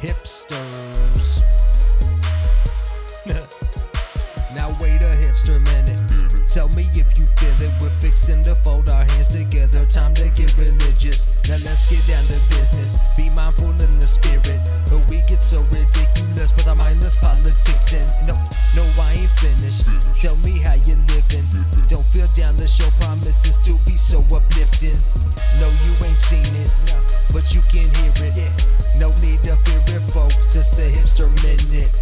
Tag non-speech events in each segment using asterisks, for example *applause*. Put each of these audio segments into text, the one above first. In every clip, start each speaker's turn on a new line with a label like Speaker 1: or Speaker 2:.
Speaker 1: hipsters. *laughs* now wait a hipster minute. Tell me if you feel it. We're fixing to fold our hands together. Time to get religious. Now let's get down to business. Be mindful in the spirit. But we get so ridiculous with our mindless politics. And no, no, I ain't finished. Tell me how you living. Don't feel down. The show promises to be so uplifting. No, you ain't seen it. But you can hear it. No need to fear it, folks. It's the hipster minute.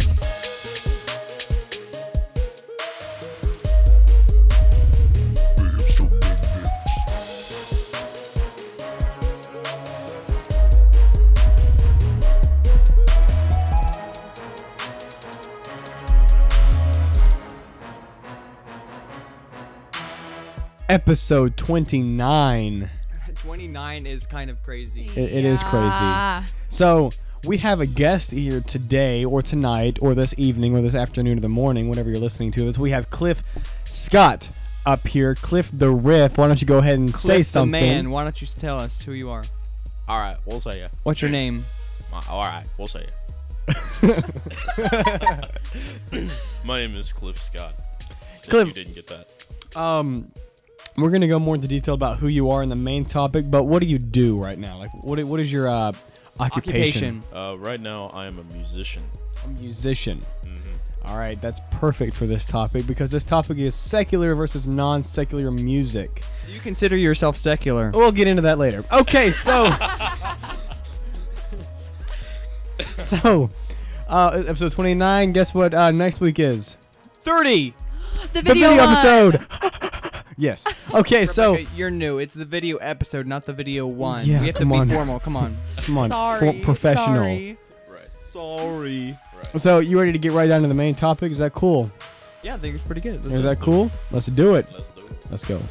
Speaker 2: Episode 29.
Speaker 3: 29 is kind of crazy.
Speaker 2: It, it is
Speaker 4: Yeah.
Speaker 2: crazy. So, we have a guest here today, or tonight, or this evening, or this afternoon, or the morning, whenever you're listening to this. We have Cliff Scott up here. Cliff the Riff. Why don't you go ahead and say
Speaker 3: Cliff the
Speaker 2: something?
Speaker 3: man, why don't you tell us who you are?
Speaker 5: All right, we'll say it.
Speaker 3: What's your name?
Speaker 5: My, all right, we'll say it. My name is Cliff Scott. If
Speaker 2: Cliff.
Speaker 5: you didn't get that.
Speaker 2: Um, we're gonna go more into detail about who you are and the main topic, but what do you do right now? Like, what what is your uh, occupation?
Speaker 5: Uh, right now, I am a musician.
Speaker 2: A musician.
Speaker 3: Mm-hmm.
Speaker 2: All right, that's perfect for this topic because this topic is secular versus non-secular music.
Speaker 3: Do you consider yourself secular?
Speaker 2: We'll get into that later. Okay,
Speaker 4: *laughs*
Speaker 2: so so uh, episode twenty nine. Guess what? Uh, next week is
Speaker 3: 30!
Speaker 4: The
Speaker 2: the
Speaker 4: video,
Speaker 2: video
Speaker 4: one.
Speaker 2: episode. *laughs* yes. Okay, so
Speaker 3: Rebecca, you're new. It's the video episode, not the video one.
Speaker 2: Yeah,
Speaker 3: we have to
Speaker 2: come
Speaker 3: be
Speaker 2: on.
Speaker 3: formal.
Speaker 2: *laughs*
Speaker 3: Come on.
Speaker 2: come on, for-
Speaker 4: Sorry.
Speaker 2: professional.
Speaker 4: Sorry.
Speaker 5: Right.
Speaker 3: Sorry.
Speaker 2: So you ready to get right down to the main topic? Is that cool?
Speaker 3: Yeah, I think it's pretty good. Let's
Speaker 2: Is
Speaker 3: do it.
Speaker 2: that cool? Let's do it.
Speaker 5: Let's do it.
Speaker 2: Let's go.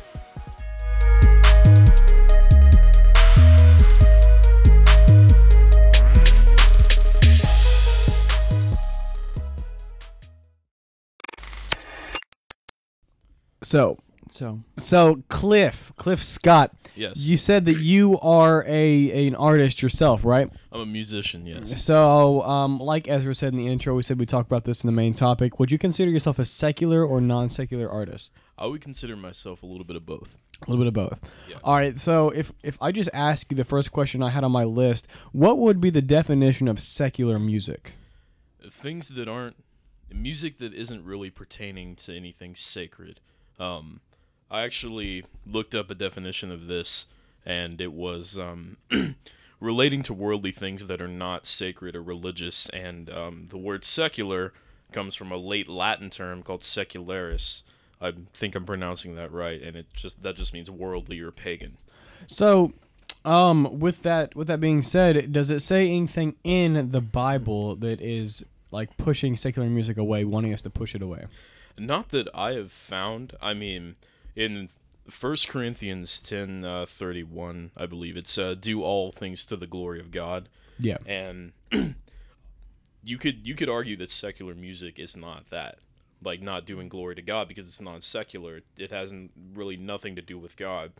Speaker 2: So,
Speaker 3: So,
Speaker 2: so Cliff, Cliff Scott,
Speaker 5: Yes.
Speaker 2: you said that you are a, an artist yourself, right?
Speaker 5: I'm a musician, yes.
Speaker 2: So, um, like Ezra said in the intro, we said we talk about this in the main topic. Would you consider yourself a secular or non-secular artist?
Speaker 5: I would consider myself a little bit of both.
Speaker 2: A little bit of both.
Speaker 5: Yes.
Speaker 2: All right. So, if if I just ask you the first question I had on my list, what would be the definition of secular music?
Speaker 5: Things that aren't music that isn't really pertaining to anything sacred. Um, I actually looked up a definition of this, and it was um, *clears throat* relating to worldly things that are not sacred or religious. And um, the word secular comes from a late Latin term called secularis. I think I'm pronouncing that right, and it just that just means worldly or pagan.
Speaker 2: So, um, with that with that being said, does it say anything in the Bible that is like pushing secular music away, wanting us to push it away?
Speaker 5: Not that I have found. I mean, in First Corinthians ten uh, thirty one, I believe it's uh, do all things to the glory of God,
Speaker 2: Yeah.
Speaker 5: and *clears throat* you could you could argue that secular music is not that, like not doing glory to God because it's not secular. It hasn't really nothing to do with God.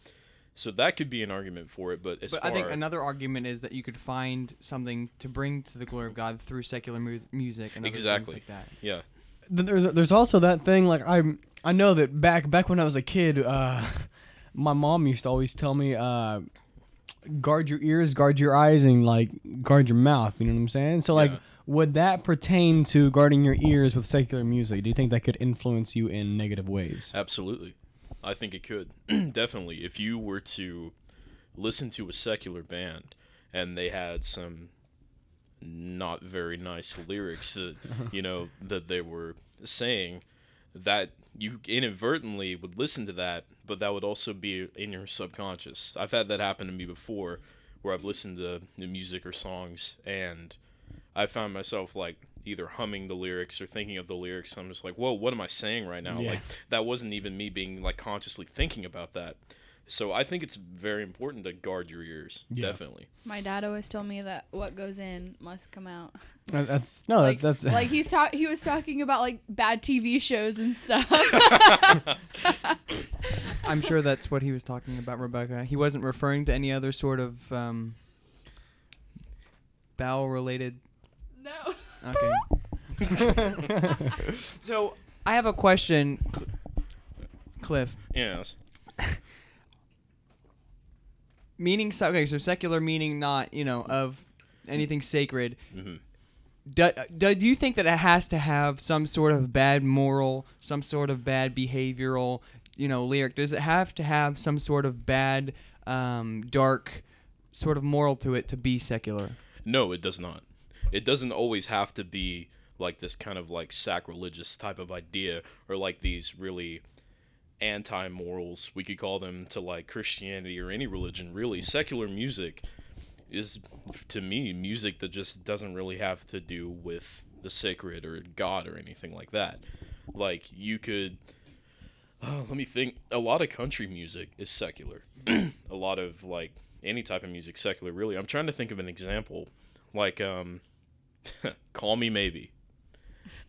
Speaker 5: So that could be an argument for it, but as
Speaker 3: but
Speaker 5: far
Speaker 3: I think another argument is that you could find something to bring to the glory of God through secular mu- music and other things
Speaker 5: exactly
Speaker 3: like that.
Speaker 5: yeah,
Speaker 2: Th- there's there's also that thing like I I know that back back when I was a kid, uh, *laughs* my mom used to always tell me, uh, guard your ears, guard your eyes, and like guard your mouth. You know what I'm saying? So like,
Speaker 5: Yeah.
Speaker 2: would that pertain to guarding your ears with secular music? Do you think that could influence you in negative ways?
Speaker 5: Absolutely. I think it could. *clears throat* Definitely. If you were to listen to a secular band and they had some not very nice lyrics that, you know, that they were saying, that you inadvertently would listen to that, but that would also be in your subconscious. I've had that happen to me before where I've listened to the music or songs and I found myself like either humming the lyrics or thinking of the lyrics. I'm just like, whoa, what am I saying right now?
Speaker 2: Yeah.
Speaker 5: Like that wasn't even me being like consciously thinking about that. So I think it's very important to guard your ears.
Speaker 2: Yeah.
Speaker 5: Definitely.
Speaker 4: My dad always told me that what goes in must come out.
Speaker 2: Uh, That's no,
Speaker 4: like,
Speaker 2: that, that's
Speaker 4: like he's talk he was talking about like bad TV shows and stuff. *laughs*
Speaker 3: I'm sure that's what he was talking about, Rebecca. He wasn't referring to any other sort of um, bowel related
Speaker 4: No.
Speaker 3: Okay. so I have a question, Cl- Cliff.
Speaker 5: Yes.
Speaker 3: Meaning, se- okay, so secular meaning not you know of anything sacred.
Speaker 5: Mhm.
Speaker 3: Do, do do you think that it has to have some sort of bad moral, some sort of bad behavioral, you know, lyric? Does it have to have some sort of bad, um, dark, sort of moral to it to be secular?
Speaker 5: No, it does not. It doesn't always have to be like this kind of like sacrilegious type of idea or like these really anti morals, we could call them, to like Christianity or any religion, really. Secular music is, to me, music that just doesn't really have to do with the sacred or God or anything like that. Like, you could. Oh, let me think. A lot of country music is secular. *clears throat* a lot of like any type of music secular really i'm trying to think of an example like um *laughs* call me maybe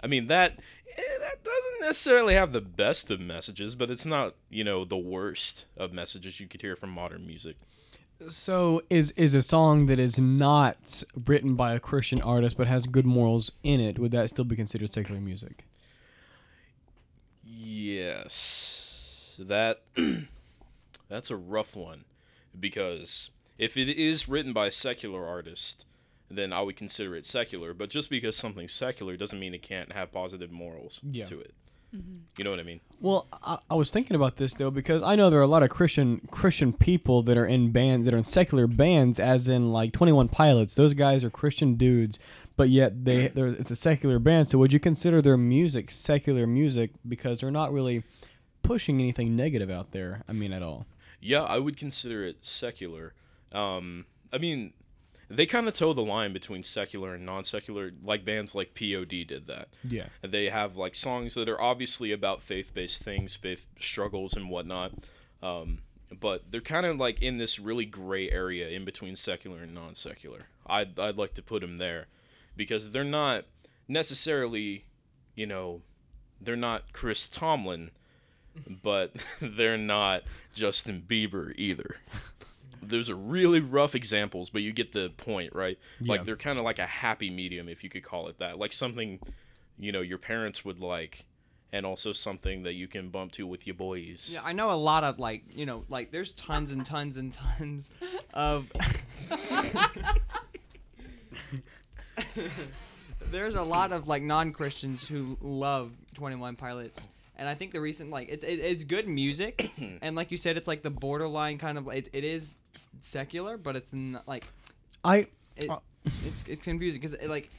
Speaker 5: i mean that eh, that doesn't necessarily have the best of messages but it's not you know the worst of messages you could hear from modern music
Speaker 2: *laughs* So is is a song that is not written by a Christian artist but has good morals in it? Would that still be considered secular music?
Speaker 5: yes that *clears throat* that's a rough one because if it is written by a secular artist then i would consider it secular but just because something's secular doesn't mean it can't have positive morals
Speaker 2: Yeah.
Speaker 5: to it you know what i mean
Speaker 2: Well, I, I was thinking about this though because I know there are a lot of Christian Christian people that are in bands that are in secular bands, as in like Twenty One Pilots. Those guys are Christian dudes, but yet they they're, it's a secular band. So would you consider their music secular music because they're not really pushing anything negative out there? I mean, at all.
Speaker 5: Yeah, I would consider it secular. Um, I mean, they kind of toe the line between secular and non secular. Like bands like POD did that.
Speaker 2: Yeah.
Speaker 5: They have like songs that are obviously about faith based things, faith struggles, and whatnot. Um, but they're kind of like in this really gray area in between secular and non secular. I'd, I'd like to put them there because they're not necessarily, you know, they're not Chris Tomlin, but *laughs* they're not Justin Bieber either. *laughs* Those are really rough examples, but you get the point, right?
Speaker 2: Yeah.
Speaker 5: Like they're kind of like a happy medium, if you could call it that. Like something, you know, your parents would like, and also something that you can bump to with your boys.
Speaker 3: Yeah, I know a lot of like, you know, like there's tons and tons and tons *laughs* of. there's a lot of like non-Christians who love Twenty One Pilots, and I think the recent like it's it, it's good music, and like you said, it's like the borderline kind of like it, it is secular, but it's not like
Speaker 2: I
Speaker 3: it,
Speaker 2: Uh.
Speaker 3: it's it's confusing because like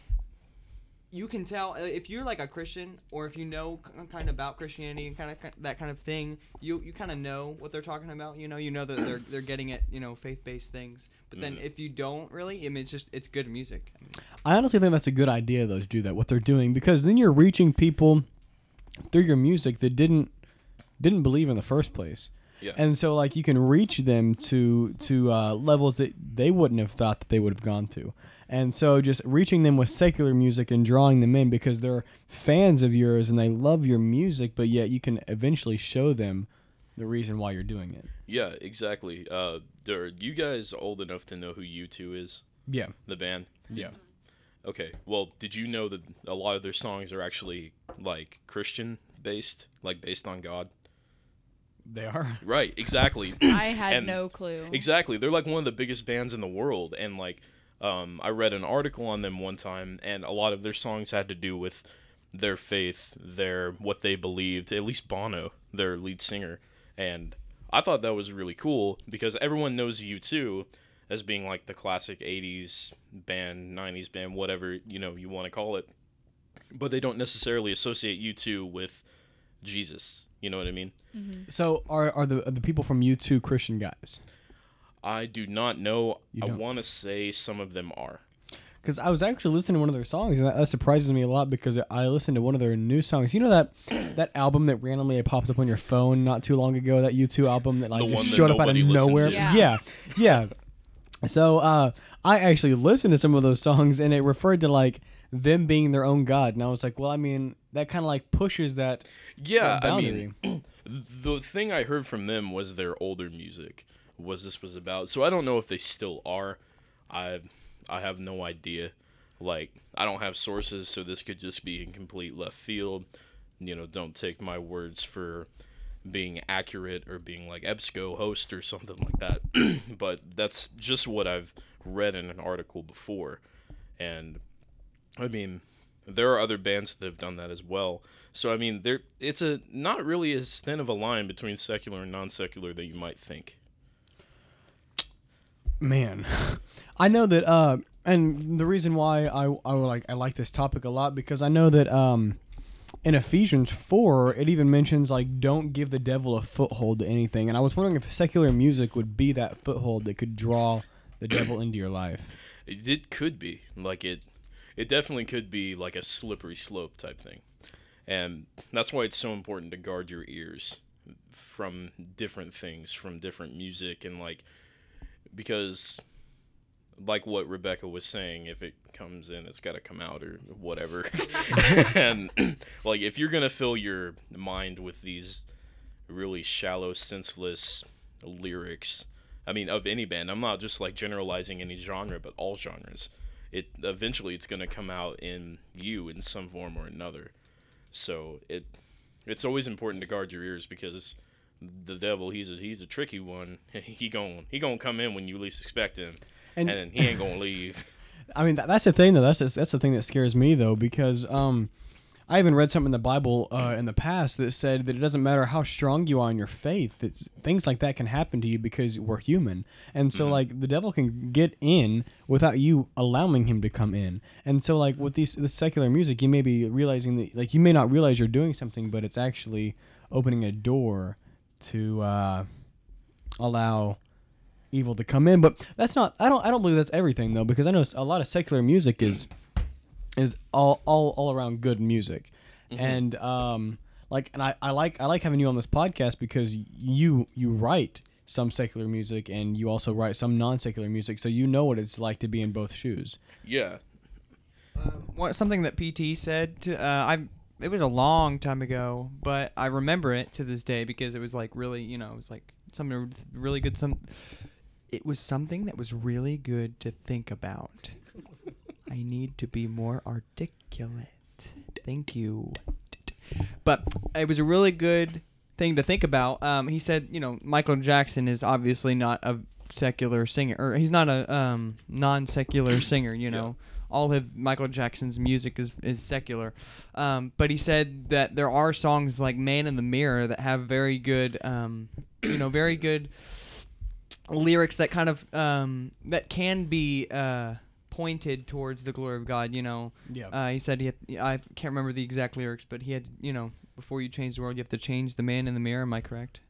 Speaker 3: you can tell uh, if you're like a Christian or if you know k- kind of about Christianity and kind of that kind of thing, you you kind of know what they're talking about. You know, you know that they're they're getting at you know faith based things. But then if you don't really, I mean, it's just it's good music. I mean,
Speaker 2: I honestly think that's a good idea though to do that. What they're doing because then you're reaching people through your music that didn't didn't believe in the first place.
Speaker 5: Yeah.
Speaker 2: And so like you can reach them to to uh, levels that they wouldn't have thought that they would have gone to. And so just reaching them with secular music and drawing them in because they're fans of yours and they love your music, but yet you can eventually show them the reason why you're doing it.
Speaker 5: Yeah, exactly. Uh, are you guys old enough to know who U2 is?
Speaker 2: Yeah.
Speaker 5: The band?
Speaker 2: Yeah.
Speaker 5: Okay. Well, did you know that a lot of their songs are actually like Christian based, like based on God?
Speaker 2: They are.
Speaker 5: Right, exactly.
Speaker 4: I had
Speaker 5: And-
Speaker 4: no clue.
Speaker 5: Exactly. They're like one of the biggest bands in the world. And like, um, I read an article on them one time, and a lot of their songs had to do with their faith, their what they believed. At least Bono, their lead singer, and I thought that was really cool because everyone knows U2 as being like the classic '80s band, '90s band, whatever you know you want to call it, but they don't necessarily associate U2 with Jesus. You know what I mean?
Speaker 2: So are, are the are the people from U2 Christian guys?
Speaker 5: I do not know.
Speaker 2: You
Speaker 5: I
Speaker 2: don't.
Speaker 5: want to say some of them are.
Speaker 2: because I was actually listening to one of their songs, and that, that surprises me a lot because I listened to one of their new songs. You know that that album that randomly popped up on your phone not too long ago, that U2 album that like
Speaker 5: The one
Speaker 2: just
Speaker 5: that
Speaker 2: showed up out of
Speaker 5: nobody listened
Speaker 2: nowhere.
Speaker 5: to.
Speaker 4: Yeah.
Speaker 2: yeah, yeah. So uh, I actually listened to some of those songs, and it referred to like them being their own god, and I was like, well, I mean, that kind of like pushes that
Speaker 5: Yeah, I
Speaker 2: boundary.
Speaker 5: mean, the thing I heard from them was their older music was this was about. So I don't know if they still are. I I have no idea. Like, I don't have sources, so this could just be in complete left field. You know, don't take my words for being accurate or being like EBSCO host or something like that. *clears throat* but that's just what I've read in an article before. And I mean, there are other bands that have done that as well. So I mean, there it's a not really as thin of a line between secular and non-secular that you might think.
Speaker 2: man *laughs* i know that uh and the reason why i i would like i like this topic a lot because i know that um in ephesians 4 it even mentions like don't give the devil a foothold to anything and i was wondering if secular music would be that foothold that could draw the devil into your life
Speaker 5: It, it could be like it it definitely could be like a slippery slope type thing. And that's why it's so important to guard your ears from different things, from different music and like because like what Rebecca was saying, if it comes in, it's got to come out or whatever. *laughs* and *clears throat* like if you're going to fill your mind with these really shallow, senseless lyrics, I mean of any band, I'm not just like generalizing any genre, but all genres. It eventually it's going to come out in you in some form or another. So it it's always important to guard your ears because the devil he's a he's a tricky one. *laughs* he gon' he going to come in when you least expect him
Speaker 2: And-
Speaker 5: and, then he ain't going
Speaker 3: *laughs*
Speaker 5: to leave.
Speaker 2: I mean, that, that's the thing, though. That's that's the thing that scares me, though, because um, I even read something in the Bible uh, in the past that said that it doesn't matter how strong you are in your faith; that things like that can happen to you because we're human, and so like the devil can get in without you allowing him to come in. And so like with these the secular music, you may be realizing that like you may not realize you're doing something, but it's actually opening a door to uh, allow evil to come in. But that's not. I don't. I don't believe that's everything though, because I know s- a lot of secular music is is all all all around good music, and um like and I, I like I like having you on this podcast because you you write some secular music and you also write some non secular music, so you know what it's like to be in both shoes.
Speaker 5: yeah.
Speaker 3: what something that PT said to uh, I it was a long time ago, but I remember it to this day because it was like really you know it was like something really good some it was something that was really good to think about. I need to be more articulate. Thank you. But it was a really good thing to think about. Um, he said, you know, Michael Jackson is obviously not a secular singer, or he's not a um, non secular singer, you know. All of Michael Jackson's music is, is secular. Um, but he said that there are songs like Man in the Mirror that have very good, um, you know, very good lyrics that kind of um, that can be uh, pointed towards the glory of God. You know,
Speaker 2: Yeah.
Speaker 3: uh, he said he had, I can't remember the exact lyrics, but he had you know before you change the world, you have to change the man in the mirror. Am I correct?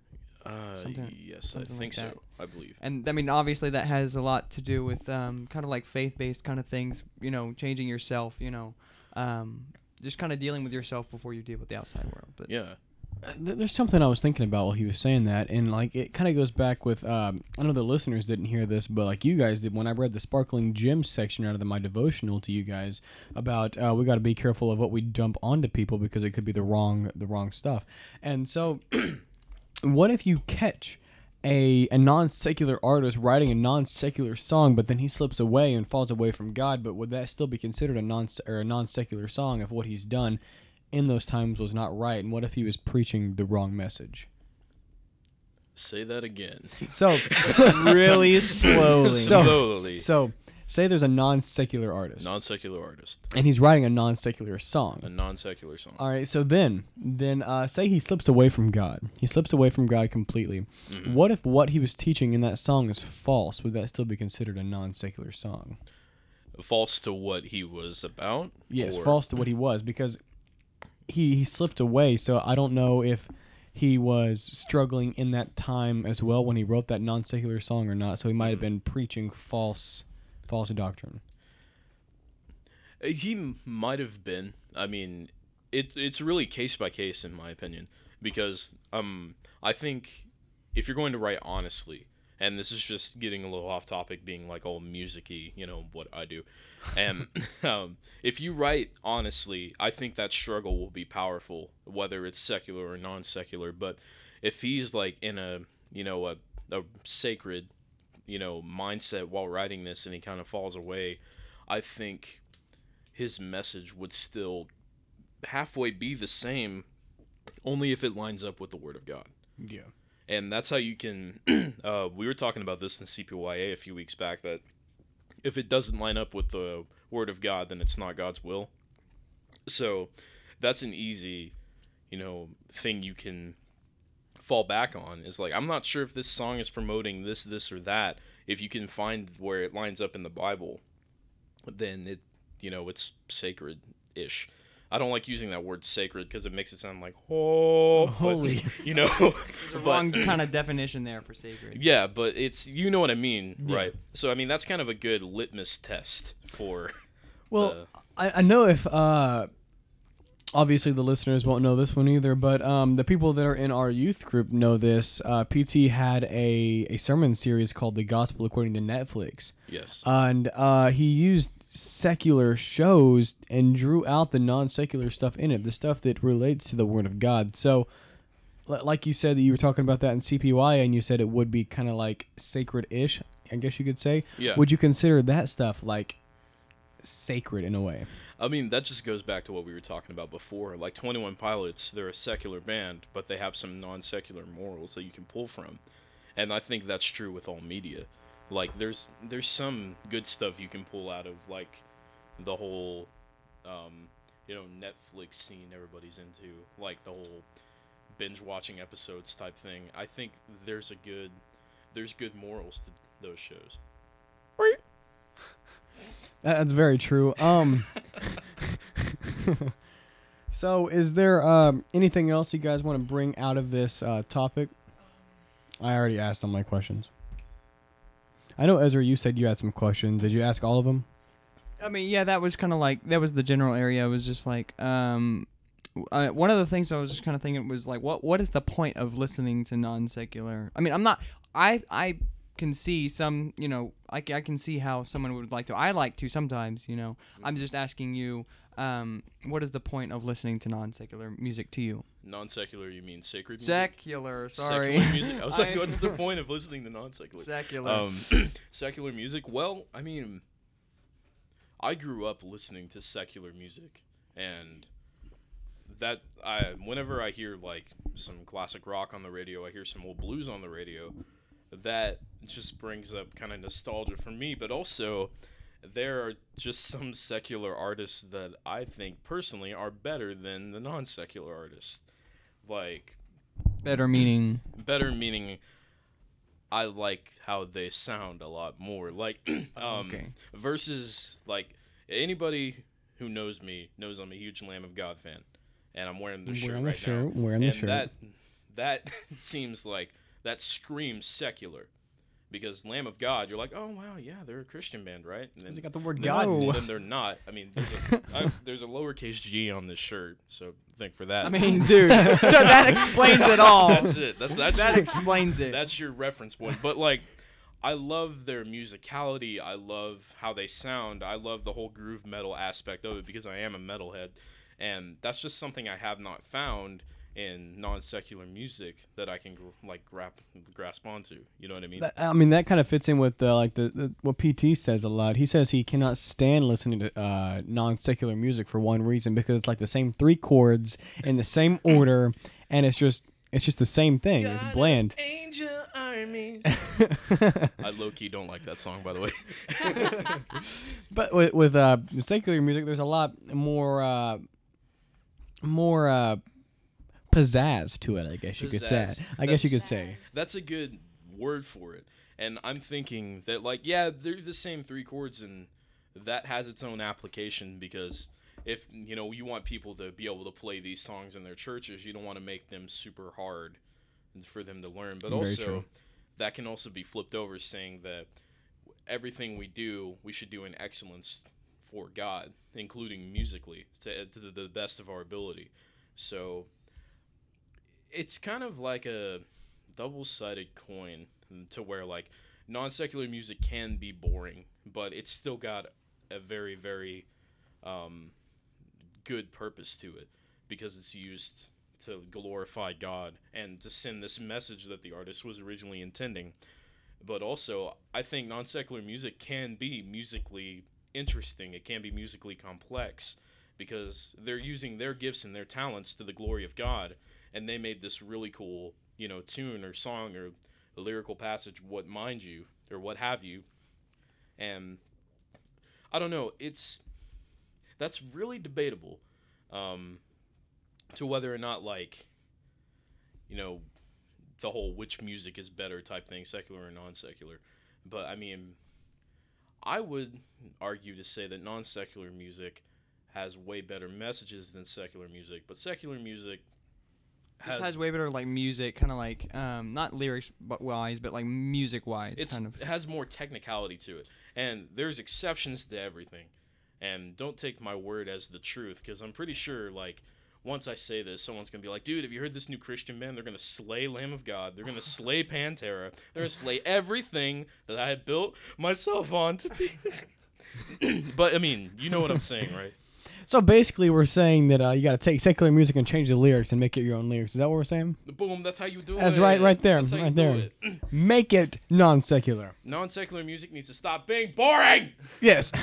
Speaker 5: Uh,
Speaker 3: Something-
Speaker 5: yes, I
Speaker 3: something like
Speaker 5: think so.
Speaker 3: that.
Speaker 5: I believe.
Speaker 3: And I mean, obviously, that has a lot to do with um, kind of like faith-based kind of things. You know, changing yourself. You know, um, just kind of dealing with yourself before you deal with the outside world. But
Speaker 5: Yeah.
Speaker 2: Th- There's something I was thinking about while he was saying that, and like it kind of goes back with um, I know the listeners didn't hear this, but like you guys did when I read the sparkling gem section out of the, my devotional to you guys about uh, we got to be careful of what we dump onto people because it could be the wrong the wrong stuff, and so what if you catch a, a non-secular artist writing a non-secular song but then he slips away and falls away from god but would that still be considered a non or a non-secular song if what he's done in those times was not right and what if he was preaching the wrong message
Speaker 5: Say that again.
Speaker 2: so
Speaker 3: really slowly.
Speaker 2: So-
Speaker 5: *laughs* Slowly.
Speaker 2: so say there's a non-secular artist
Speaker 5: non secular artist.
Speaker 2: and he's writing a non-secular song
Speaker 5: A non secular song.
Speaker 2: All right, so then, then uh, say he slips away from God. He slips away from God completely. What if what he was teaching in that song is false? Would that still be considered a non-secular song?
Speaker 5: false to what he was about.
Speaker 2: Yes,
Speaker 5: or-
Speaker 2: false to what he was because he he slipped away. So I don't know if he was struggling in that time as well when he wrote that non-secular song or not. So he might have been preaching false false doctrine.
Speaker 5: Uh, He m- might have been. I mean, it it's really case by case in my opinion because um I think if you're going to write honestly, and this is just getting a little off topic, being like all musicy, you know what I do, and um, *laughs* if you write honestly, I think that struggle will be powerful, whether it's secular or non secular. But if he's like in a you know a a sacred you know mindset while writing this and he kind of falls away, I think his message would still halfway be the same, only if it lines up with the Word of God.
Speaker 2: Yeah.
Speaker 5: And that's how you can. *clears throat* uh, we were talking about this in CPYA a few weeks back that if it doesn't line up with the Word of God, then it's not God's will. So that's an easy, you know, thing you can fall back on is like, I'm not sure if this song is promoting this, this, or that. If you can find where it lines up in the Bible, then it, you know, it's sacred ish. I don't like using that word sacred because it makes it sound like, oh, but,
Speaker 2: Holy.
Speaker 5: *laughs* you know,
Speaker 3: There's a
Speaker 5: but-
Speaker 3: wrong kind of definition there for
Speaker 5: *clears throat*
Speaker 3: sacred.
Speaker 5: yeah, but it's you know what I mean, right? So I mean that's kind of a good litmus test for
Speaker 2: Well, I, I know if uh, obviously the listeners won't know this one either, but um, the people that are in our youth group know this. Uh, PT had a, a sermon series called "The Gospel According to Netflix,"
Speaker 5: yes,
Speaker 2: and uh, he used secular shows and drew out the non secular stuff in it, the stuff that relates to the Word of God. So, li- like you said, that you were talking about that in CPY, and you said it would be kind of like sacred ish, I guess you could say.
Speaker 5: Yeah.
Speaker 2: Would you consider that stuff like sacred in a way?
Speaker 5: I mean, that just goes back to what we were talking about before. Like Twenty One Pilots, they're a secular band, but they have some non-secular morals that you can pull from, and I think that's true with all media. Like there's there's some good stuff you can pull out of like the whole, um, you know, Netflix scene everybody's into, like the whole binge watching episodes type thing. I think there's a good there's good morals to those shows.
Speaker 2: That- That's very true. Um, *laughs* so, is there um, anything else you guys want to bring out of this uh, topic? I already asked all my questions. I know Ezra, you said you had some questions. Did you ask all of them?
Speaker 3: I mean, yeah, that was kind of like that was the general area. It was just like um, w- uh, one of the things I was just kind of thinking was like, what what is the point of listening to non secular? I mean, I'm not. I I can see some, you know, I, ca- I can see how someone would like to. I like to sometimes, you know. I'm
Speaker 5: Mm-hmm.
Speaker 3: just asking you, um, what is the point of listening to non secular music to you?
Speaker 5: Non-secular, you mean sacred? music?
Speaker 3: Secular, sorry.
Speaker 5: Secular music. I was
Speaker 3: *laughs*
Speaker 5: like,
Speaker 3: I-
Speaker 5: what's the point of listening to non-secular?
Speaker 3: secular.
Speaker 5: Um,
Speaker 3: *clears throat*
Speaker 5: secular music. Well, I mean, I grew up listening to secular music, and that I whenever I hear like some classic rock on the radio, I hear some old blues on the radio, that just brings up kind of nostalgia for me. But also, there are just some secular artists that I think personally are better than the non-secular artists, like
Speaker 3: Better
Speaker 5: *laughs*
Speaker 3: meaning.
Speaker 5: better meaning I like how they sound a lot more. Like *clears throat* um
Speaker 3: Okay.
Speaker 5: versus like anybody who knows me knows I'm a huge Lamb of God fan. And I'm wearing the shirt
Speaker 2: Wearing the
Speaker 5: right
Speaker 2: shirt,
Speaker 5: now.
Speaker 2: wearing the
Speaker 5: and
Speaker 2: shirt.
Speaker 5: That that *laughs* seems like that screams secular. Because Lamb of God, you're like, oh wow, yeah, they're a Christian band, right? And then,
Speaker 2: They got the word
Speaker 5: then-
Speaker 2: God in
Speaker 5: and
Speaker 2: it.
Speaker 5: then they're not. I mean, there's
Speaker 2: *laughs*
Speaker 5: a, I, there's a lowercase G on this shirt, so thank for that.
Speaker 3: I mean, dude. so that explains it all.
Speaker 5: *laughs* that's it. That's that's
Speaker 3: that
Speaker 5: your-
Speaker 3: explains it.
Speaker 5: that's your reference point. But like, I love their musicality. I love how they sound. I love the whole groove metal aspect of it because I am a metalhead, and that's just something I have not found in non secular music that I can gr- like grasp grasp onto. You know what I mean?
Speaker 2: That- I mean, that kind of fits in with uh, like the, the what PT says a lot. He says he cannot stand listening to uh, non secular music for one reason because it's like the same three chords in the
Speaker 5: *laughs*
Speaker 2: same order, and it's just it's just the same thing. It's bland.
Speaker 5: Angel armies. I low key don't like that song, by the way.
Speaker 2: *laughs* But with, with uh, the secular music, there's a lot more uh, more uh, pizzazz to it. I guess you could say.
Speaker 5: Pizzazz.
Speaker 2: I guess you
Speaker 5: That's-
Speaker 2: could say.
Speaker 5: That's a good word for it. And I'm thinking that like yeah, they're the same three chords and that has its own application because if you know you want people to be able to play these songs in their churches, you don't want to make them super hard for them to learn. But
Speaker 2: Very
Speaker 5: also
Speaker 2: true.
Speaker 5: that can also be flipped over saying that everything we do, we should do in excellence for God, including musically to, to the- the best of our ability. So it's kind of like a double-sided coin to where like non-secular music can be boring but it's still got a very very um, good purpose to it because it's used to glorify god and to send this message that the artist was originally intending but also i think non-secular music can be musically interesting. It can be musically complex because they're using their gifts and their talents to the glory of God, and they made this really cool, you know, tune or song or a lyrical passage, what mind you or what have you, and I don't know. It's that's really debatable um, to whether or not like you know the whole which music is better type thing, secular or non secular. But I mean, I would argue to say that non secular music has way better messages than secular music, but secular music
Speaker 3: This
Speaker 5: has,
Speaker 3: has way better like music, kind of like um, not lyrics but wise, but like music wise,
Speaker 5: it's
Speaker 3: kind of.
Speaker 5: it has more technicality to it, and there's exceptions to everything. And don't take my word as the truth, because I'm pretty sure like. Once I say this, someone's gonna be like, "Dude, have you heard this new Christian band? They're gonna slay Lamb of God. They're *laughs* gonna slay Pantera. They're gonna slay everything that I had built myself on to be." *laughs* but I mean, you know what I'm saying, right?
Speaker 2: So basically, we're saying that uh, you got to take secular music and change the lyrics and make it your own lyrics. Is that what we're saying?
Speaker 5: *laughs* Boom, that's how you do it.
Speaker 2: That's right, right there,
Speaker 5: That's how you
Speaker 2: right
Speaker 5: do
Speaker 2: there.
Speaker 5: it.
Speaker 2: Make it non secular.
Speaker 5: Non secular music needs to stop being boring.
Speaker 2: Yes. *laughs*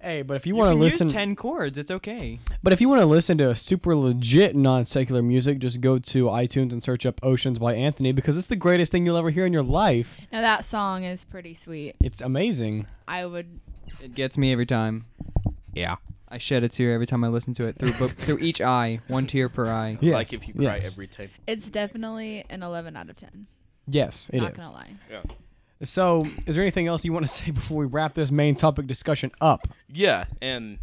Speaker 2: hey, but if you,
Speaker 3: You
Speaker 2: want to
Speaker 3: can
Speaker 2: listen,
Speaker 3: use ten chords. It's okay.
Speaker 2: but if you want to listen to super legit non secular music, just go to iTunes and search up "Oceans" by Anthony because it's the greatest thing you'll ever hear in your life.
Speaker 4: Now that song is pretty sweet.
Speaker 2: It's amazing.
Speaker 4: I would.
Speaker 3: It gets me every time. Yeah. I shed a tear every time I listen to it through
Speaker 2: *laughs*
Speaker 3: bo- through each eye, one tear per eye.
Speaker 2: Yes.
Speaker 5: like if you cry
Speaker 2: yes.
Speaker 5: every time.
Speaker 4: It's definitely an 11 out of 10.
Speaker 2: Yes, it is.
Speaker 4: Not gonna lie.
Speaker 5: Yeah.
Speaker 2: So, is there anything else you want to *laughs* say before we wrap this main topic discussion up?
Speaker 5: Yeah, and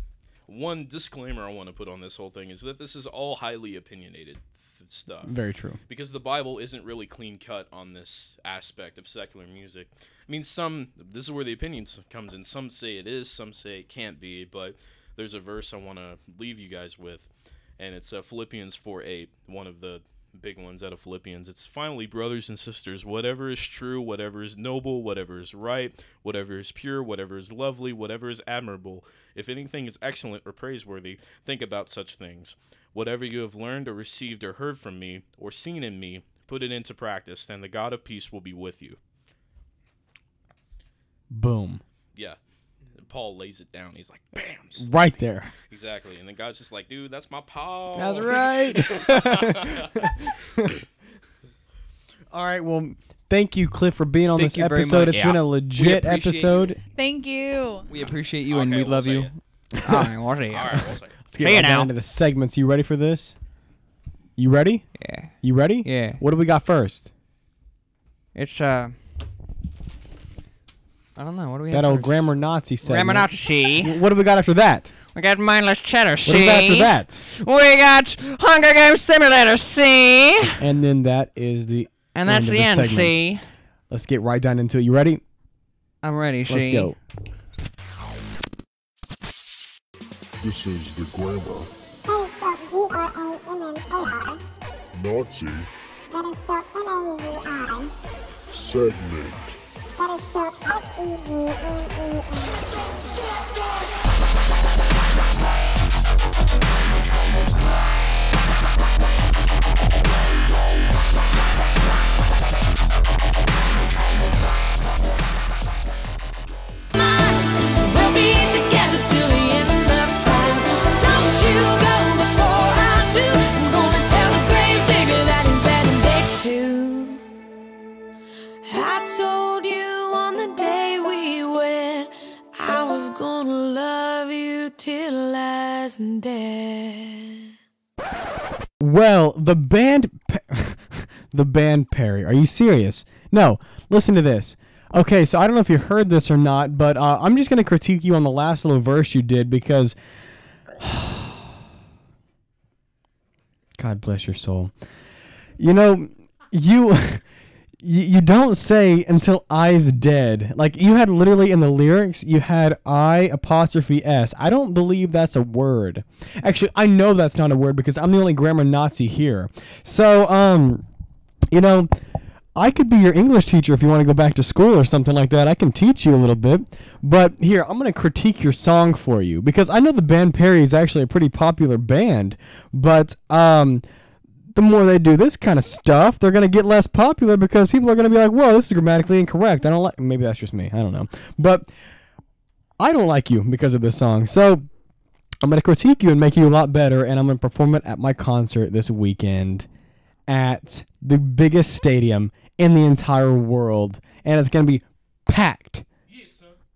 Speaker 5: one disclaimer I want to put on this whole thing is that this is all highly opinionated th- stuff.
Speaker 2: Very true.
Speaker 5: because the Bible isn't really clean cut on this aspect of secular music. I mean, some this is where the opinions comes in. Some say it is, some say it can't be. But there's a verse I want to leave you guys with, and it's uh, Philippians four eight, one of the big ones out of Philippians. It's finally, brothers and sisters, whatever is true, whatever is noble, whatever is right, whatever is pure, whatever is lovely, whatever is admirable, if anything is excellent or praiseworthy, think about such things. Whatever you have learned or received or heard from me or seen in me, put it into practice, and the God of peace will be with you.
Speaker 2: Boom.
Speaker 5: Yeah. And Paul lays it down. He's like, bam. s-
Speaker 2: Right there.
Speaker 5: Exactly. And the God's just like, dude, that's my Paul.
Speaker 2: That's
Speaker 3: Oh.
Speaker 5: *laughs*
Speaker 3: *laughs*
Speaker 2: right. *laughs* All right. Well, thank you, Cliff, for being on
Speaker 3: Thank
Speaker 2: this
Speaker 3: you very
Speaker 2: episode.
Speaker 3: much.
Speaker 2: It's been
Speaker 3: Yeah.
Speaker 2: a legit
Speaker 3: appreciate
Speaker 2: episode.
Speaker 4: Thank you.
Speaker 3: We appreciate you and
Speaker 5: Okay,
Speaker 3: we
Speaker 5: we'll
Speaker 3: love
Speaker 5: say
Speaker 3: you. *laughs*
Speaker 5: it.
Speaker 3: All right, what are you?
Speaker 5: All right, one second.
Speaker 2: Let's get right down to the segments. You ready for this? You ready?
Speaker 3: Yeah.
Speaker 2: You ready?
Speaker 3: Yeah.
Speaker 2: What do we got first?
Speaker 3: It's uh. I don't know. What do we
Speaker 2: That
Speaker 3: have
Speaker 2: old
Speaker 3: first?
Speaker 2: grammar Nazi segment.
Speaker 3: Grammar not see.
Speaker 2: What do we got after that?
Speaker 3: We got mindless cheddar.
Speaker 2: What do we
Speaker 3: See.
Speaker 2: got after that?
Speaker 3: We got Hunger Games Simulator. See.
Speaker 2: And then that is the.
Speaker 3: And that's
Speaker 2: of
Speaker 3: the end.
Speaker 2: segment.
Speaker 3: See.
Speaker 2: Let's get right down into it. You ready?
Speaker 3: I'm ready.
Speaker 2: Let's
Speaker 3: see.
Speaker 2: go.
Speaker 6: This is the grammar.
Speaker 7: How is spelled G-R-A-M-M-A-R.
Speaker 6: Nazi
Speaker 7: That is spelled N-A-Z-I.
Speaker 6: segment.
Speaker 7: That is spelled E S-E-G-N-E-N.
Speaker 8: We'll be together till the end of time. Don't you go before I do. I'm gonna tell the grave digger that he's dead and dead too. I told you on the day we wed I was gonna love you till last death.
Speaker 2: Well, the band, Pe- *laughs* the band Perry. Are you serious? No. Listen to this. Okay, so I don't know if you heard this or not, but uh, I'm just gonna critique you on the last little verse you did because. *sighs* God bless your soul. You know, you. *laughs* You you don't say until I's dead. Like you had literally in the lyrics, you had I apostrophe S. I don't believe that's a word. Actually, I know that's not a word because I'm the only grammar Nazi here. So, um, you know, I could be your English teacher if you want to go back to school or something like that. I can teach you a little bit. But here, I'm going to critique your song for you because I know the band Perry is actually a pretty popular band, but um the more they do this kind of stuff, they're going to get less popular because people are going to be like, "Whoa, this is grammatically incorrect." I don't like maybe that's just me. I don't know. But I don't like you because of this song. So I'm going to critique you and make you a lot better, and I'm going to perform it at my concert this weekend at the biggest stadium in the entire world, and it's going to be packed.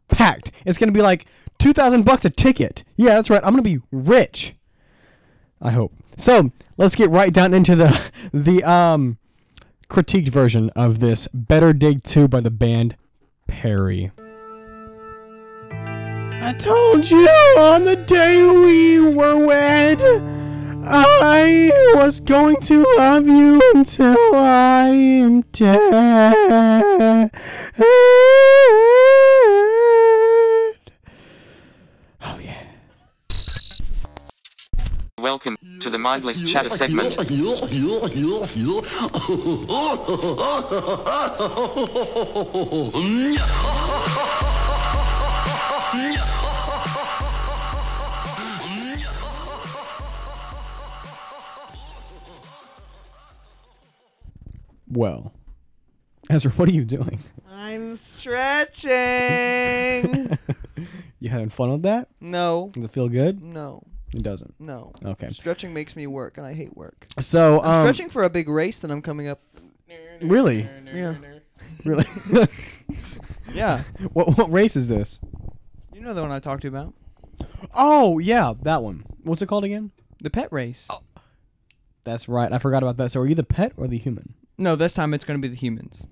Speaker 2: Packed. It's going to be like 2,000 bucks a ticket. Yeah, that's right. I'm going to be rich. I hope. So let's get right down into the *laughs* the um critiqued version of this Better Dig 2 by the band Perry. I told you on the day we were wed, I was going to love you until I am dead. Oh, yeah.
Speaker 9: Welcome to the Mindless Chatter segment.
Speaker 2: Well, Ezra, what are you doing?
Speaker 3: I'm stretching.
Speaker 2: *laughs* You having fun with that?
Speaker 3: *laughs* no,
Speaker 2: Does it feel good?
Speaker 3: no,
Speaker 2: It doesn't.
Speaker 3: no.
Speaker 2: Okay.
Speaker 3: Stretching makes me work, and I hate work.
Speaker 2: So,
Speaker 3: I'm
Speaker 2: um,
Speaker 3: stretching for a big race that I'm coming up.
Speaker 2: really,
Speaker 3: Yeah,
Speaker 2: really. *laughs*
Speaker 3: yeah.
Speaker 2: what what race is this?
Speaker 3: You know the one I talked to you about
Speaker 2: Oh yeah, that one. What's it called again?
Speaker 3: the pet race.
Speaker 2: That's right. I forgot about that. So, are you the pet or the human?
Speaker 3: No, this time it's going to be the humans.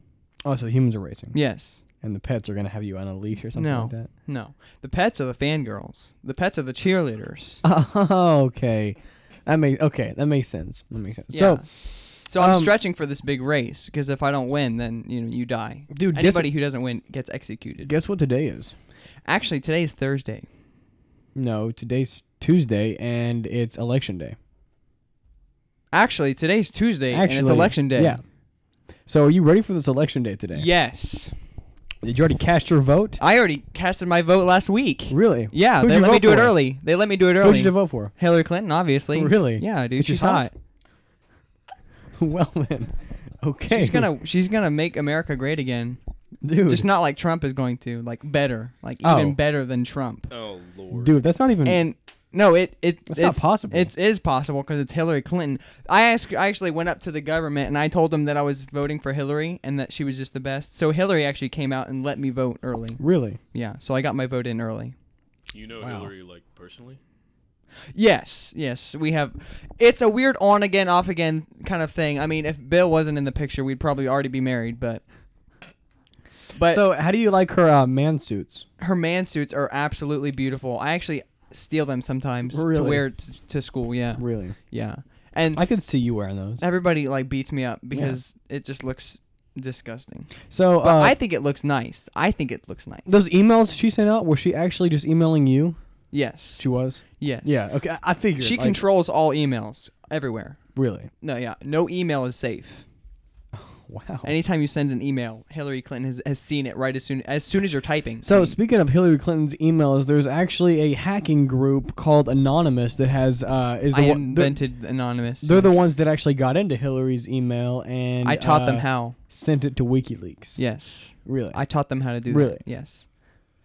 Speaker 2: Oh, so the humans are racing.
Speaker 3: Yes.
Speaker 2: And the pets are gonna have you on a leash or something
Speaker 3: No.
Speaker 2: like that. *laughs*
Speaker 3: No. The pets are the fangirls. The pets are the cheerleaders.
Speaker 2: Oh, okay. That makes okay. That makes sense. That makes sense. So,
Speaker 3: Yeah. So I'm
Speaker 2: um,
Speaker 3: stretching for this big race because if I don't win, then you know you die.
Speaker 2: Dude, guess-
Speaker 3: anybody who doesn't win gets executed.
Speaker 2: guess what today is?
Speaker 3: Actually, today is Thursday.
Speaker 2: No, today's Tuesday and it's election day.
Speaker 3: Actually, today's Tuesday
Speaker 2: Actually,
Speaker 3: and it's election day.
Speaker 2: Yeah. So, are you ready for this election day today?
Speaker 3: Yes.
Speaker 2: Did you already cast your vote?
Speaker 3: I already casted my vote last week.
Speaker 2: Really?
Speaker 3: Yeah,
Speaker 2: Who'd
Speaker 3: they
Speaker 2: you
Speaker 3: let me
Speaker 2: vote
Speaker 3: do it
Speaker 2: for?
Speaker 3: early. They let me do it
Speaker 2: Who'd
Speaker 3: early.
Speaker 2: you vote for?
Speaker 3: Hillary Clinton, obviously.
Speaker 2: Really?
Speaker 3: Yeah, dude.
Speaker 2: But she's
Speaker 3: She's hot.
Speaker 2: hot. *laughs* well then, okay.
Speaker 3: She's gonna she's gonna make America great again.
Speaker 2: *laughs* dude.
Speaker 3: Just not like Trump is going to. Like better. Like
Speaker 2: Oh.
Speaker 3: even better than Trump.
Speaker 5: Oh lord.
Speaker 2: dude. That's not even.
Speaker 3: and no, it it
Speaker 2: That's not possible.
Speaker 3: It is possible because it's Hillary Clinton. I asked. I actually went up to the government and I told them that I was voting for Hillary and that she was just the best. So Hillary actually came out and let me vote early.
Speaker 2: really.
Speaker 3: Yeah, so I got my vote in early.
Speaker 5: You know Hillary like personally?
Speaker 3: Yes, yes, we have. It's a weird on again, off again kind of thing. I mean, if Bill wasn't in the picture, we'd probably already be married. But but
Speaker 2: So, how do you like her uh, man suits?
Speaker 3: her man suits are absolutely beautiful. I actually steal them sometimes to
Speaker 2: Really?
Speaker 3: wear t- to school. Yeah,
Speaker 2: Really,
Speaker 3: yeah, and
Speaker 2: I could see you wearing those.
Speaker 3: everybody like beats me up because it just looks disgusting.
Speaker 2: So,
Speaker 3: But
Speaker 2: uh,
Speaker 3: I think it looks nice. I think it looks nice.
Speaker 2: those emails she sent out was she actually just emailing you?
Speaker 3: Yes.
Speaker 2: She was.
Speaker 3: Yes.
Speaker 2: Yeah. Okay. I, I figured.
Speaker 3: She
Speaker 2: like,
Speaker 3: controls all emails everywhere.
Speaker 2: Really.
Speaker 3: No, yeah. No email is safe.
Speaker 2: Wow.
Speaker 3: Anytime you send an email, Hillary Clinton has, has seen it right as soon as soon as you're typing.
Speaker 2: So speaking of Hillary Clinton's emails, there's actually a hacking group called Anonymous that has uh is the
Speaker 3: I
Speaker 2: one, they're,
Speaker 3: invented anonymous.
Speaker 2: they're the ones that actually got into Hillary's email and
Speaker 3: I taught them
Speaker 2: uh,
Speaker 3: how.
Speaker 2: sent it to WikiLeaks.
Speaker 3: Yes.
Speaker 2: Really.
Speaker 3: I taught them how to do
Speaker 2: Really?
Speaker 3: that. Yes.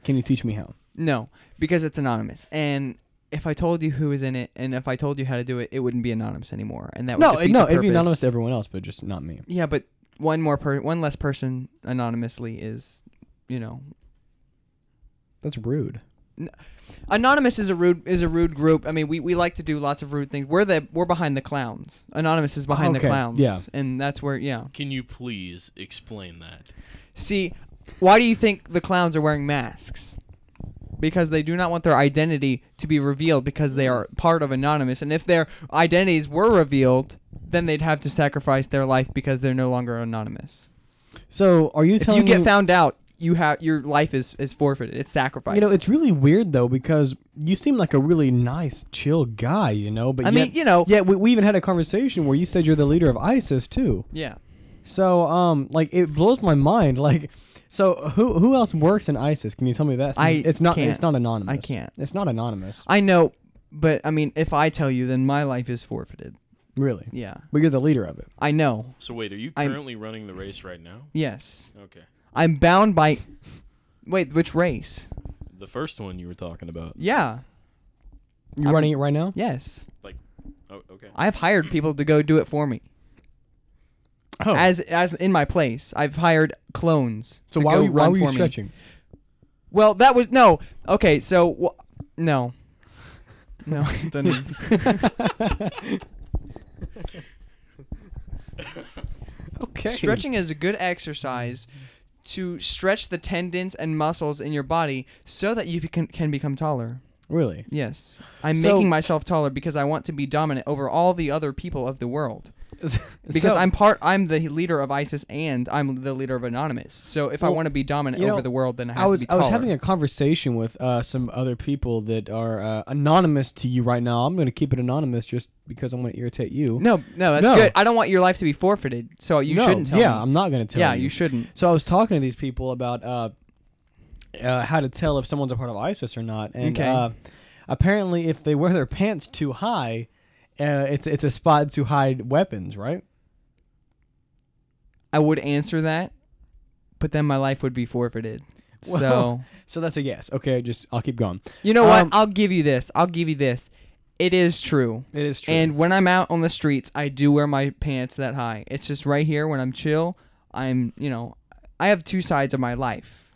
Speaker 2: Can you teach me how?
Speaker 3: No, because it's anonymous. And if I told you who was in it and if I told you how to do it, it wouldn't be anonymous anymore. And that would
Speaker 2: No,
Speaker 3: defeat
Speaker 2: it, no,
Speaker 3: the
Speaker 2: it'd be
Speaker 3: purpose.
Speaker 2: anonymous to everyone else, but just not me.
Speaker 3: Yeah, but one more per one less person anonymously is, you know,
Speaker 2: That's rude.
Speaker 3: anonymous is a rude is a rude group. I mean, we, we like to do lots of rude things. We're the we're behind the clowns. Anonymous is behind
Speaker 2: Okay,
Speaker 3: the clowns.
Speaker 2: yeah.
Speaker 3: and that's where yeah.
Speaker 5: Can you please explain that?
Speaker 3: See, why do you think the clowns are wearing masks? Because they do not want their identity to be revealed because they are part of anonymous. And if their identities were revealed, then they'd have to sacrifice their life because they're no longer anonymous.
Speaker 2: So are you
Speaker 3: If
Speaker 2: telling
Speaker 3: you get
Speaker 2: me-
Speaker 3: found out, you have your life is, is forfeited. It's sacrificed.
Speaker 2: You know, it's really weird though because you seem like a really nice, chill guy. You know, but
Speaker 3: I mean,
Speaker 2: yet-
Speaker 3: you know-
Speaker 2: yeah. We, we even had a conversation where you said you're the leader of ISIS too.
Speaker 3: yeah.
Speaker 2: So, um, like it blows my mind. *laughs* Like, so who who else works in ISIS? Can you tell me that? Since
Speaker 3: I
Speaker 2: it's not
Speaker 3: can't.
Speaker 2: it's not anonymous.
Speaker 3: I can't.
Speaker 2: It's not anonymous.
Speaker 3: I know, but I mean, if I tell you, then my life is forfeited.
Speaker 2: Really.
Speaker 3: Yeah,
Speaker 2: But you're the leader of it.
Speaker 3: I know.
Speaker 5: So wait, are you
Speaker 3: I'm-
Speaker 5: currently running the race right now?
Speaker 3: Yes,
Speaker 5: Okay.
Speaker 3: I'm bound by. Wait, which race?
Speaker 5: The first one you were talking about.
Speaker 3: Yeah.
Speaker 2: You
Speaker 3: I'm-
Speaker 2: running it right now?
Speaker 3: Yes.
Speaker 5: Like, oh, okay.
Speaker 3: I've hired people to go do it for me.
Speaker 2: Oh,
Speaker 3: As as in my place, I've hired clones.
Speaker 2: so
Speaker 3: to
Speaker 2: why
Speaker 3: go
Speaker 2: were you, why
Speaker 3: run
Speaker 2: were you
Speaker 3: for me.
Speaker 2: stretching?
Speaker 3: Well, that was no. Okay, so wh- no,
Speaker 2: *laughs*
Speaker 3: no. *laughs*
Speaker 2: Okay.
Speaker 3: Stretching is a good exercise to stretch the tendons and muscles in your body so that you can, can become taller.
Speaker 2: Really?
Speaker 3: Yes, I'm
Speaker 2: So-
Speaker 3: making myself taller because I want to be dominant over all the other people of the world. *laughs* Because
Speaker 2: *laughs* So-
Speaker 3: I'm part, I'm the leader of ISIS and I'm the leader of Anonymous. So if I
Speaker 2: Well,
Speaker 3: want to be dominant
Speaker 2: you know,
Speaker 3: over the world, then I have
Speaker 2: I was
Speaker 3: to be
Speaker 2: I
Speaker 3: taller.
Speaker 2: was having a conversation with uh, some other people that are uh, anonymous to you right now. I'm going to keep it anonymous just because I'm going to irritate you.
Speaker 3: no, no, that's
Speaker 2: No.
Speaker 3: good. I don't want your life to be forfeited, so you
Speaker 2: No,
Speaker 3: shouldn't tell
Speaker 2: yeah,
Speaker 3: me.
Speaker 2: I'm not going to tell.
Speaker 3: yeah,
Speaker 2: you.
Speaker 3: you shouldn't.
Speaker 2: So I was talking to these people about uh, uh, how to tell if someone's a part of ISIS or not, and
Speaker 3: Okay.
Speaker 2: uh, apparently, if they wear their pants too high, uh, it's it's a spot to hide weapons, right?
Speaker 3: I would answer that, but then my life would be forfeited.
Speaker 2: *laughs*
Speaker 3: so
Speaker 2: Well, So that's a yes. Okay, just I'll keep going.
Speaker 3: you know what?
Speaker 2: um,
Speaker 3: I'll give you this. I'll give you this. It is true.
Speaker 2: It is true.
Speaker 3: And when I'm out on the streets, I do wear my pants that high. It's just right here when I'm chill. I'm, you know, I have two sides of my life.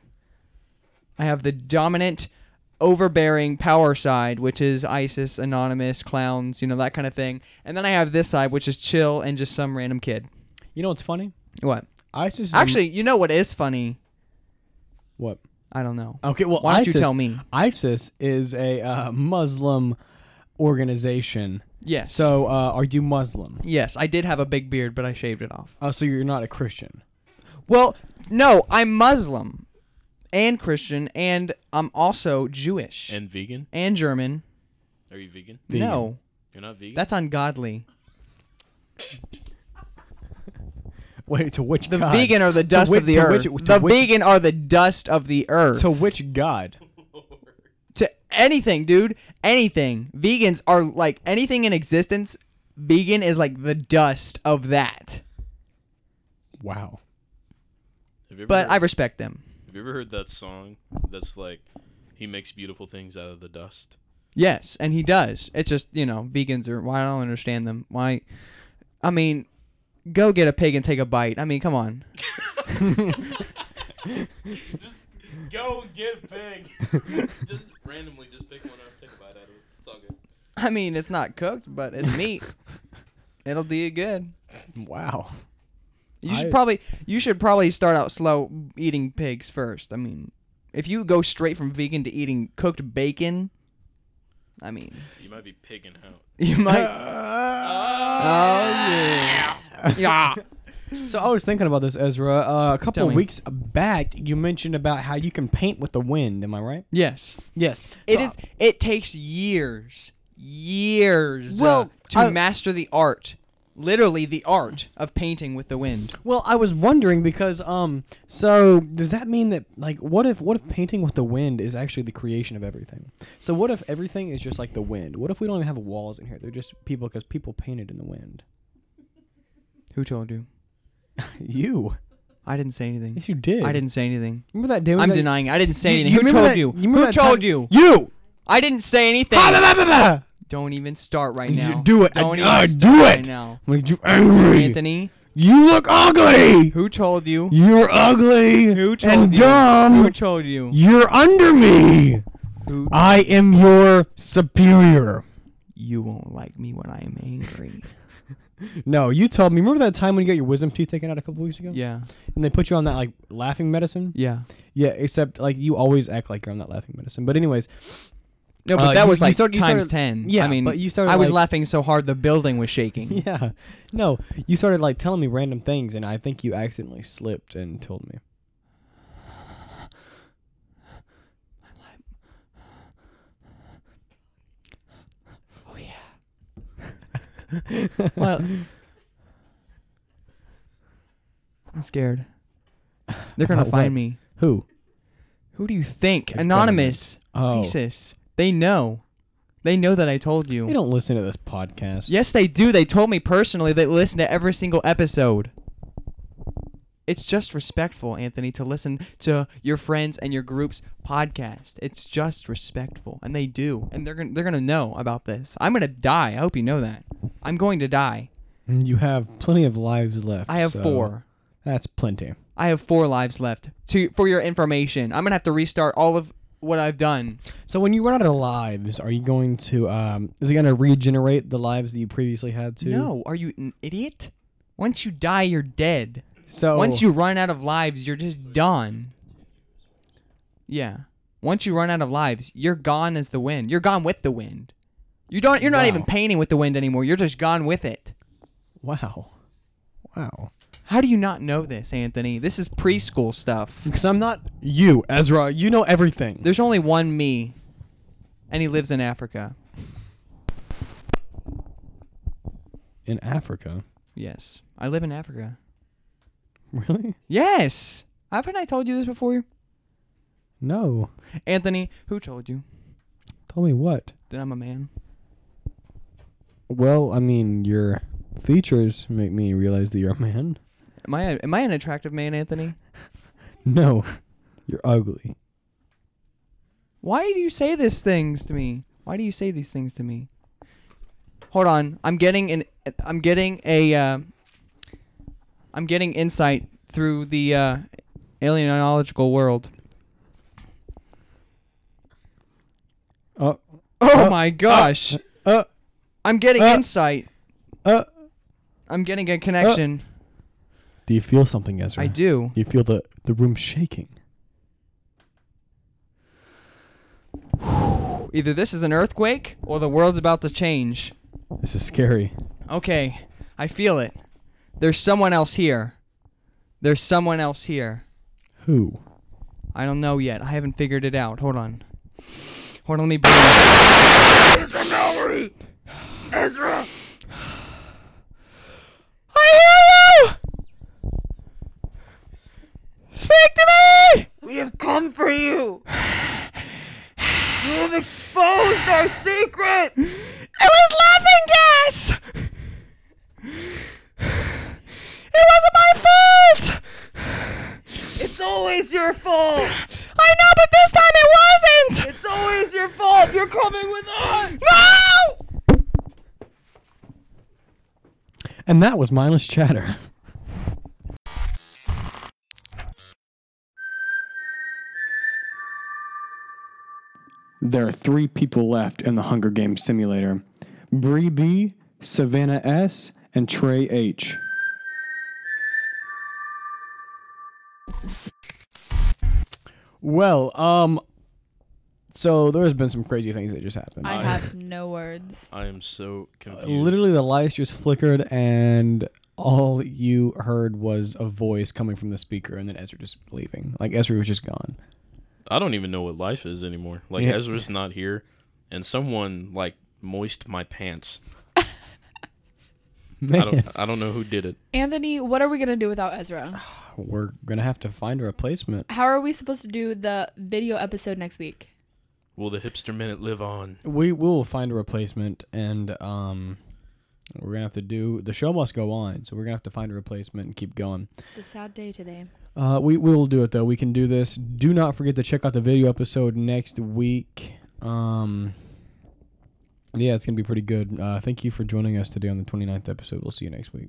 Speaker 3: I have the dominant, overbearing power side, which is ISIS, anonymous, clowns, you know, that kind of thing. And then I have this side, which is chill and just some random kid.
Speaker 2: you know what's funny?
Speaker 3: What?
Speaker 2: ISIS. Is a-
Speaker 3: Actually, you know what is funny?
Speaker 2: what?
Speaker 3: I don't know.
Speaker 2: Okay, well,
Speaker 3: Why don't you
Speaker 2: ISIS-
Speaker 3: tell me?
Speaker 2: ISIS is a uh, Muslim organization.
Speaker 3: Yes.
Speaker 2: So, uh, are you Muslim?
Speaker 3: Yes, I did have a big beard, but I shaved it off.
Speaker 2: Oh, so you're not a Christian. *laughs*
Speaker 3: Well, no, I'm Muslim and Christian, and I'm also Jewish
Speaker 5: And vegan?
Speaker 3: and German.
Speaker 5: Are you vegan?
Speaker 2: Vegan.
Speaker 3: No,
Speaker 5: You're not vegan.
Speaker 3: that's ungodly.
Speaker 2: Wait, to which
Speaker 3: The
Speaker 2: god?
Speaker 3: vegan are the dust
Speaker 2: which-
Speaker 3: of the
Speaker 2: to
Speaker 3: earth.
Speaker 2: which- to
Speaker 3: the
Speaker 2: which-
Speaker 3: vegan are the dust of the earth.
Speaker 2: To which god?
Speaker 3: to anything, dude. Anything. Vegans are like anything in existence. Vegan is like the dust of that.
Speaker 2: Wow.
Speaker 5: Have you ever
Speaker 3: But I
Speaker 5: heard-
Speaker 3: respect them.
Speaker 5: have you ever heard that song? That's like, he makes beautiful things out of the dust.
Speaker 3: Yes, and he does. It's just you know vegans are. Why I don't understand them. Why? I mean, go get a pig and take a bite. I mean, come on.
Speaker 5: Go get pig. *laughs* just randomly, just pick one up, take a bite out of it. It's all good.
Speaker 3: *laughs* I mean, it's not cooked, but it's
Speaker 2: *laughs*
Speaker 3: meat. It'll do you good. *laughs*
Speaker 2: Wow.
Speaker 3: You should
Speaker 2: I-
Speaker 3: probably you should probably start out slow eating pigs first. I mean, if you go straight from vegan to eating cooked bacon, I mean, *laughs*
Speaker 5: You might be pigging out.
Speaker 2: *laughs*
Speaker 3: you might. yeah.
Speaker 2: So I was thinking about this, Ezra. Uh, a couple
Speaker 3: Tell me.
Speaker 2: weeks back, you mentioned about how you can paint with the wind. Am I right?
Speaker 3: Yes.
Speaker 2: Yes.
Speaker 3: It is. It takes years, years,
Speaker 2: Well,
Speaker 3: uh, to
Speaker 2: I-
Speaker 3: master the art. Literally, the art of painting with the wind.
Speaker 2: Well, I was wondering because um. So does that mean that like what if what if painting with the wind is actually the creation of everything? So what if everything is just like the wind? What if we don't even have walls in here? They're just people because people painted in the wind. *laughs*
Speaker 3: Who told you?
Speaker 2: You.
Speaker 3: I didn't say anything.
Speaker 2: Yes, you did.
Speaker 3: I didn't say anything.
Speaker 2: Remember that day? when
Speaker 3: I'm
Speaker 2: that-
Speaker 3: denying. it. I didn't say
Speaker 2: You-
Speaker 3: anything.
Speaker 2: you
Speaker 3: Who
Speaker 2: remember
Speaker 3: told
Speaker 2: that-
Speaker 3: you?
Speaker 2: remember
Speaker 3: Who
Speaker 2: that
Speaker 3: told
Speaker 2: time-
Speaker 3: you?
Speaker 2: You.
Speaker 3: I didn't say anything.
Speaker 2: Ba-ba-ba-ba-ba.
Speaker 3: Don't even start right
Speaker 2: You
Speaker 3: now.
Speaker 2: do it. I-
Speaker 3: Don't even
Speaker 2: I
Speaker 3: start
Speaker 2: do it.
Speaker 3: right now.
Speaker 2: Made you angry.
Speaker 3: Anthony,
Speaker 2: You look ugly.
Speaker 3: who told you?
Speaker 2: You're ugly
Speaker 3: Who told
Speaker 2: and
Speaker 3: you?
Speaker 2: dumb.
Speaker 3: Who told you?
Speaker 2: You're under me.
Speaker 3: Who?
Speaker 2: I am your superior.
Speaker 3: you won't like me when I am
Speaker 2: *laughs*
Speaker 3: angry.
Speaker 2: No, you told me. Remember that time when you got your wisdom teeth taken out a couple weeks ago?
Speaker 3: yeah.
Speaker 2: And they put you on that like laughing medicine?
Speaker 3: Yeah.
Speaker 2: Yeah, except like you always act like you're on that laughing medicine. But anyways, *laughs*
Speaker 3: No, but
Speaker 2: Uh,
Speaker 3: that
Speaker 2: you-
Speaker 3: was
Speaker 2: you
Speaker 3: like
Speaker 2: started- you
Speaker 3: times
Speaker 2: started-
Speaker 3: ten.
Speaker 2: yeah,
Speaker 3: I mean,
Speaker 2: but you started
Speaker 3: I was
Speaker 2: like-
Speaker 3: laughing so hard the building was shaking.
Speaker 2: *laughs*
Speaker 3: *laughs*
Speaker 2: yeah. No, you started like telling me random things and I think you accidentally slipped and told me.
Speaker 3: Oh yeah. well, I'm
Speaker 2: *sighs*
Speaker 3: scared. They're gonna
Speaker 2: About
Speaker 3: find
Speaker 2: what?
Speaker 3: me.
Speaker 2: Who?
Speaker 3: Who do you think?
Speaker 2: They're
Speaker 3: Anonymous.
Speaker 2: Oh.
Speaker 3: ISIS. They know. They know that I told you.
Speaker 2: They don't listen to this podcast.
Speaker 3: Yes, they do. They told me personally they listen to every single episode. It's just respectful, Anthony, to listen to your friends and your group's podcast. It's just respectful, and they do, and they're gonna they're gonna know about this. I'm gonna die. I hope you know that. I'm going to die.
Speaker 2: You have plenty of lives left.
Speaker 3: I have
Speaker 2: so
Speaker 3: four.
Speaker 2: That's plenty.
Speaker 3: I have four lives left. To for your information, I'm gonna have to restart all of what I've done.
Speaker 2: So when you run out of lives, are you going to? Um, is it going to regenerate the lives that you previously had to?
Speaker 3: No, are you an idiot? Once you die, you're dead.
Speaker 2: So
Speaker 3: Once you run out of lives, you're just done. Yeah. Once you run out of lives, you're gone as the wind. You're gone with the wind. You don't. You're not even
Speaker 2: Wow.
Speaker 3: painting with the wind anymore. You're just gone with it.
Speaker 2: wow, wow.
Speaker 3: How do you not know this, Anthony? This is preschool stuff.
Speaker 2: Because I'm not you, Ezra. You know everything.
Speaker 3: There's only one me, and he lives in Africa.
Speaker 2: in Africa.
Speaker 3: Yes, I live in Africa.
Speaker 2: Really?
Speaker 3: Yes. Haven't I told you this before,
Speaker 2: No.
Speaker 3: Anthony? Who told you
Speaker 2: Tell me what.
Speaker 3: that I'm a man?
Speaker 2: Well, I mean, your features make me realize that you're a man.
Speaker 3: Am I am I an attractive man, Anthony?
Speaker 2: No, you're ugly.
Speaker 3: Why do you say these things to me? Why do you say these things to me? Hold on, I'm getting an I'm getting a uh, I'm getting insight through the uh, alienological world.
Speaker 2: Uh, Oh,
Speaker 3: Oh my gosh,
Speaker 2: uh,
Speaker 3: I'm getting
Speaker 2: uh,
Speaker 3: insight.
Speaker 2: uh.
Speaker 3: I'm getting a connection.
Speaker 2: Do you feel something, Ezra?
Speaker 3: I do.
Speaker 2: You feel the the room shaking.
Speaker 3: Either this is an earthquake or the world's about to change.
Speaker 2: This is scary.
Speaker 3: Okay, I feel it. There's someone else here. There's someone else here.
Speaker 2: Who?
Speaker 3: I don't know yet. I haven't figured it out. Hold on. Hold on, let me breathe. I hear you! Speak to me!
Speaker 10: We have come for you. You have exposed our secret.
Speaker 3: It was laughing gas! It wasn't my fault!
Speaker 10: It's always your fault.
Speaker 3: I know, but this time it wasn't!
Speaker 10: It's always your fault. You're coming with us.
Speaker 3: No!
Speaker 2: And that was mindless chatter. There are three people left in the Hunger Games simulator Bree B, Savannah S, and Trey H. Well, um, so there's been some crazy things that just happened.
Speaker 4: I have no words.
Speaker 5: I am so confused.
Speaker 2: Uh, Literally, the lights just flickered, and all you heard was a voice coming from the speaker, and then Ezra just leaving. Like Ezra was just gone.
Speaker 5: I don't even know what life is anymore. Like
Speaker 2: Yeah.
Speaker 5: Ezra's not here, and someone like moist my pants. *laughs*
Speaker 2: *laughs*
Speaker 5: I
Speaker 2: Man,
Speaker 5: don't. I don't know who did it.
Speaker 4: Anthony, what are we gonna do without
Speaker 2: *sighs*
Speaker 4: Ezra?
Speaker 2: we're gonna have to find a replacement.
Speaker 4: How are we supposed to do the video episode next week?
Speaker 5: Will the hipster minute live on?
Speaker 2: We will find a replacement, and um, we're gonna have to do the show must go on. So we're gonna have to find a replacement and keep going.
Speaker 4: It's a sad day today.
Speaker 2: Uh, we we will do it though. We can do this. Do not forget to check out the video episode next week. Um, yeah, it's gonna be pretty good. Uh, thank you for joining us today on the 29th episode. We'll see you next week.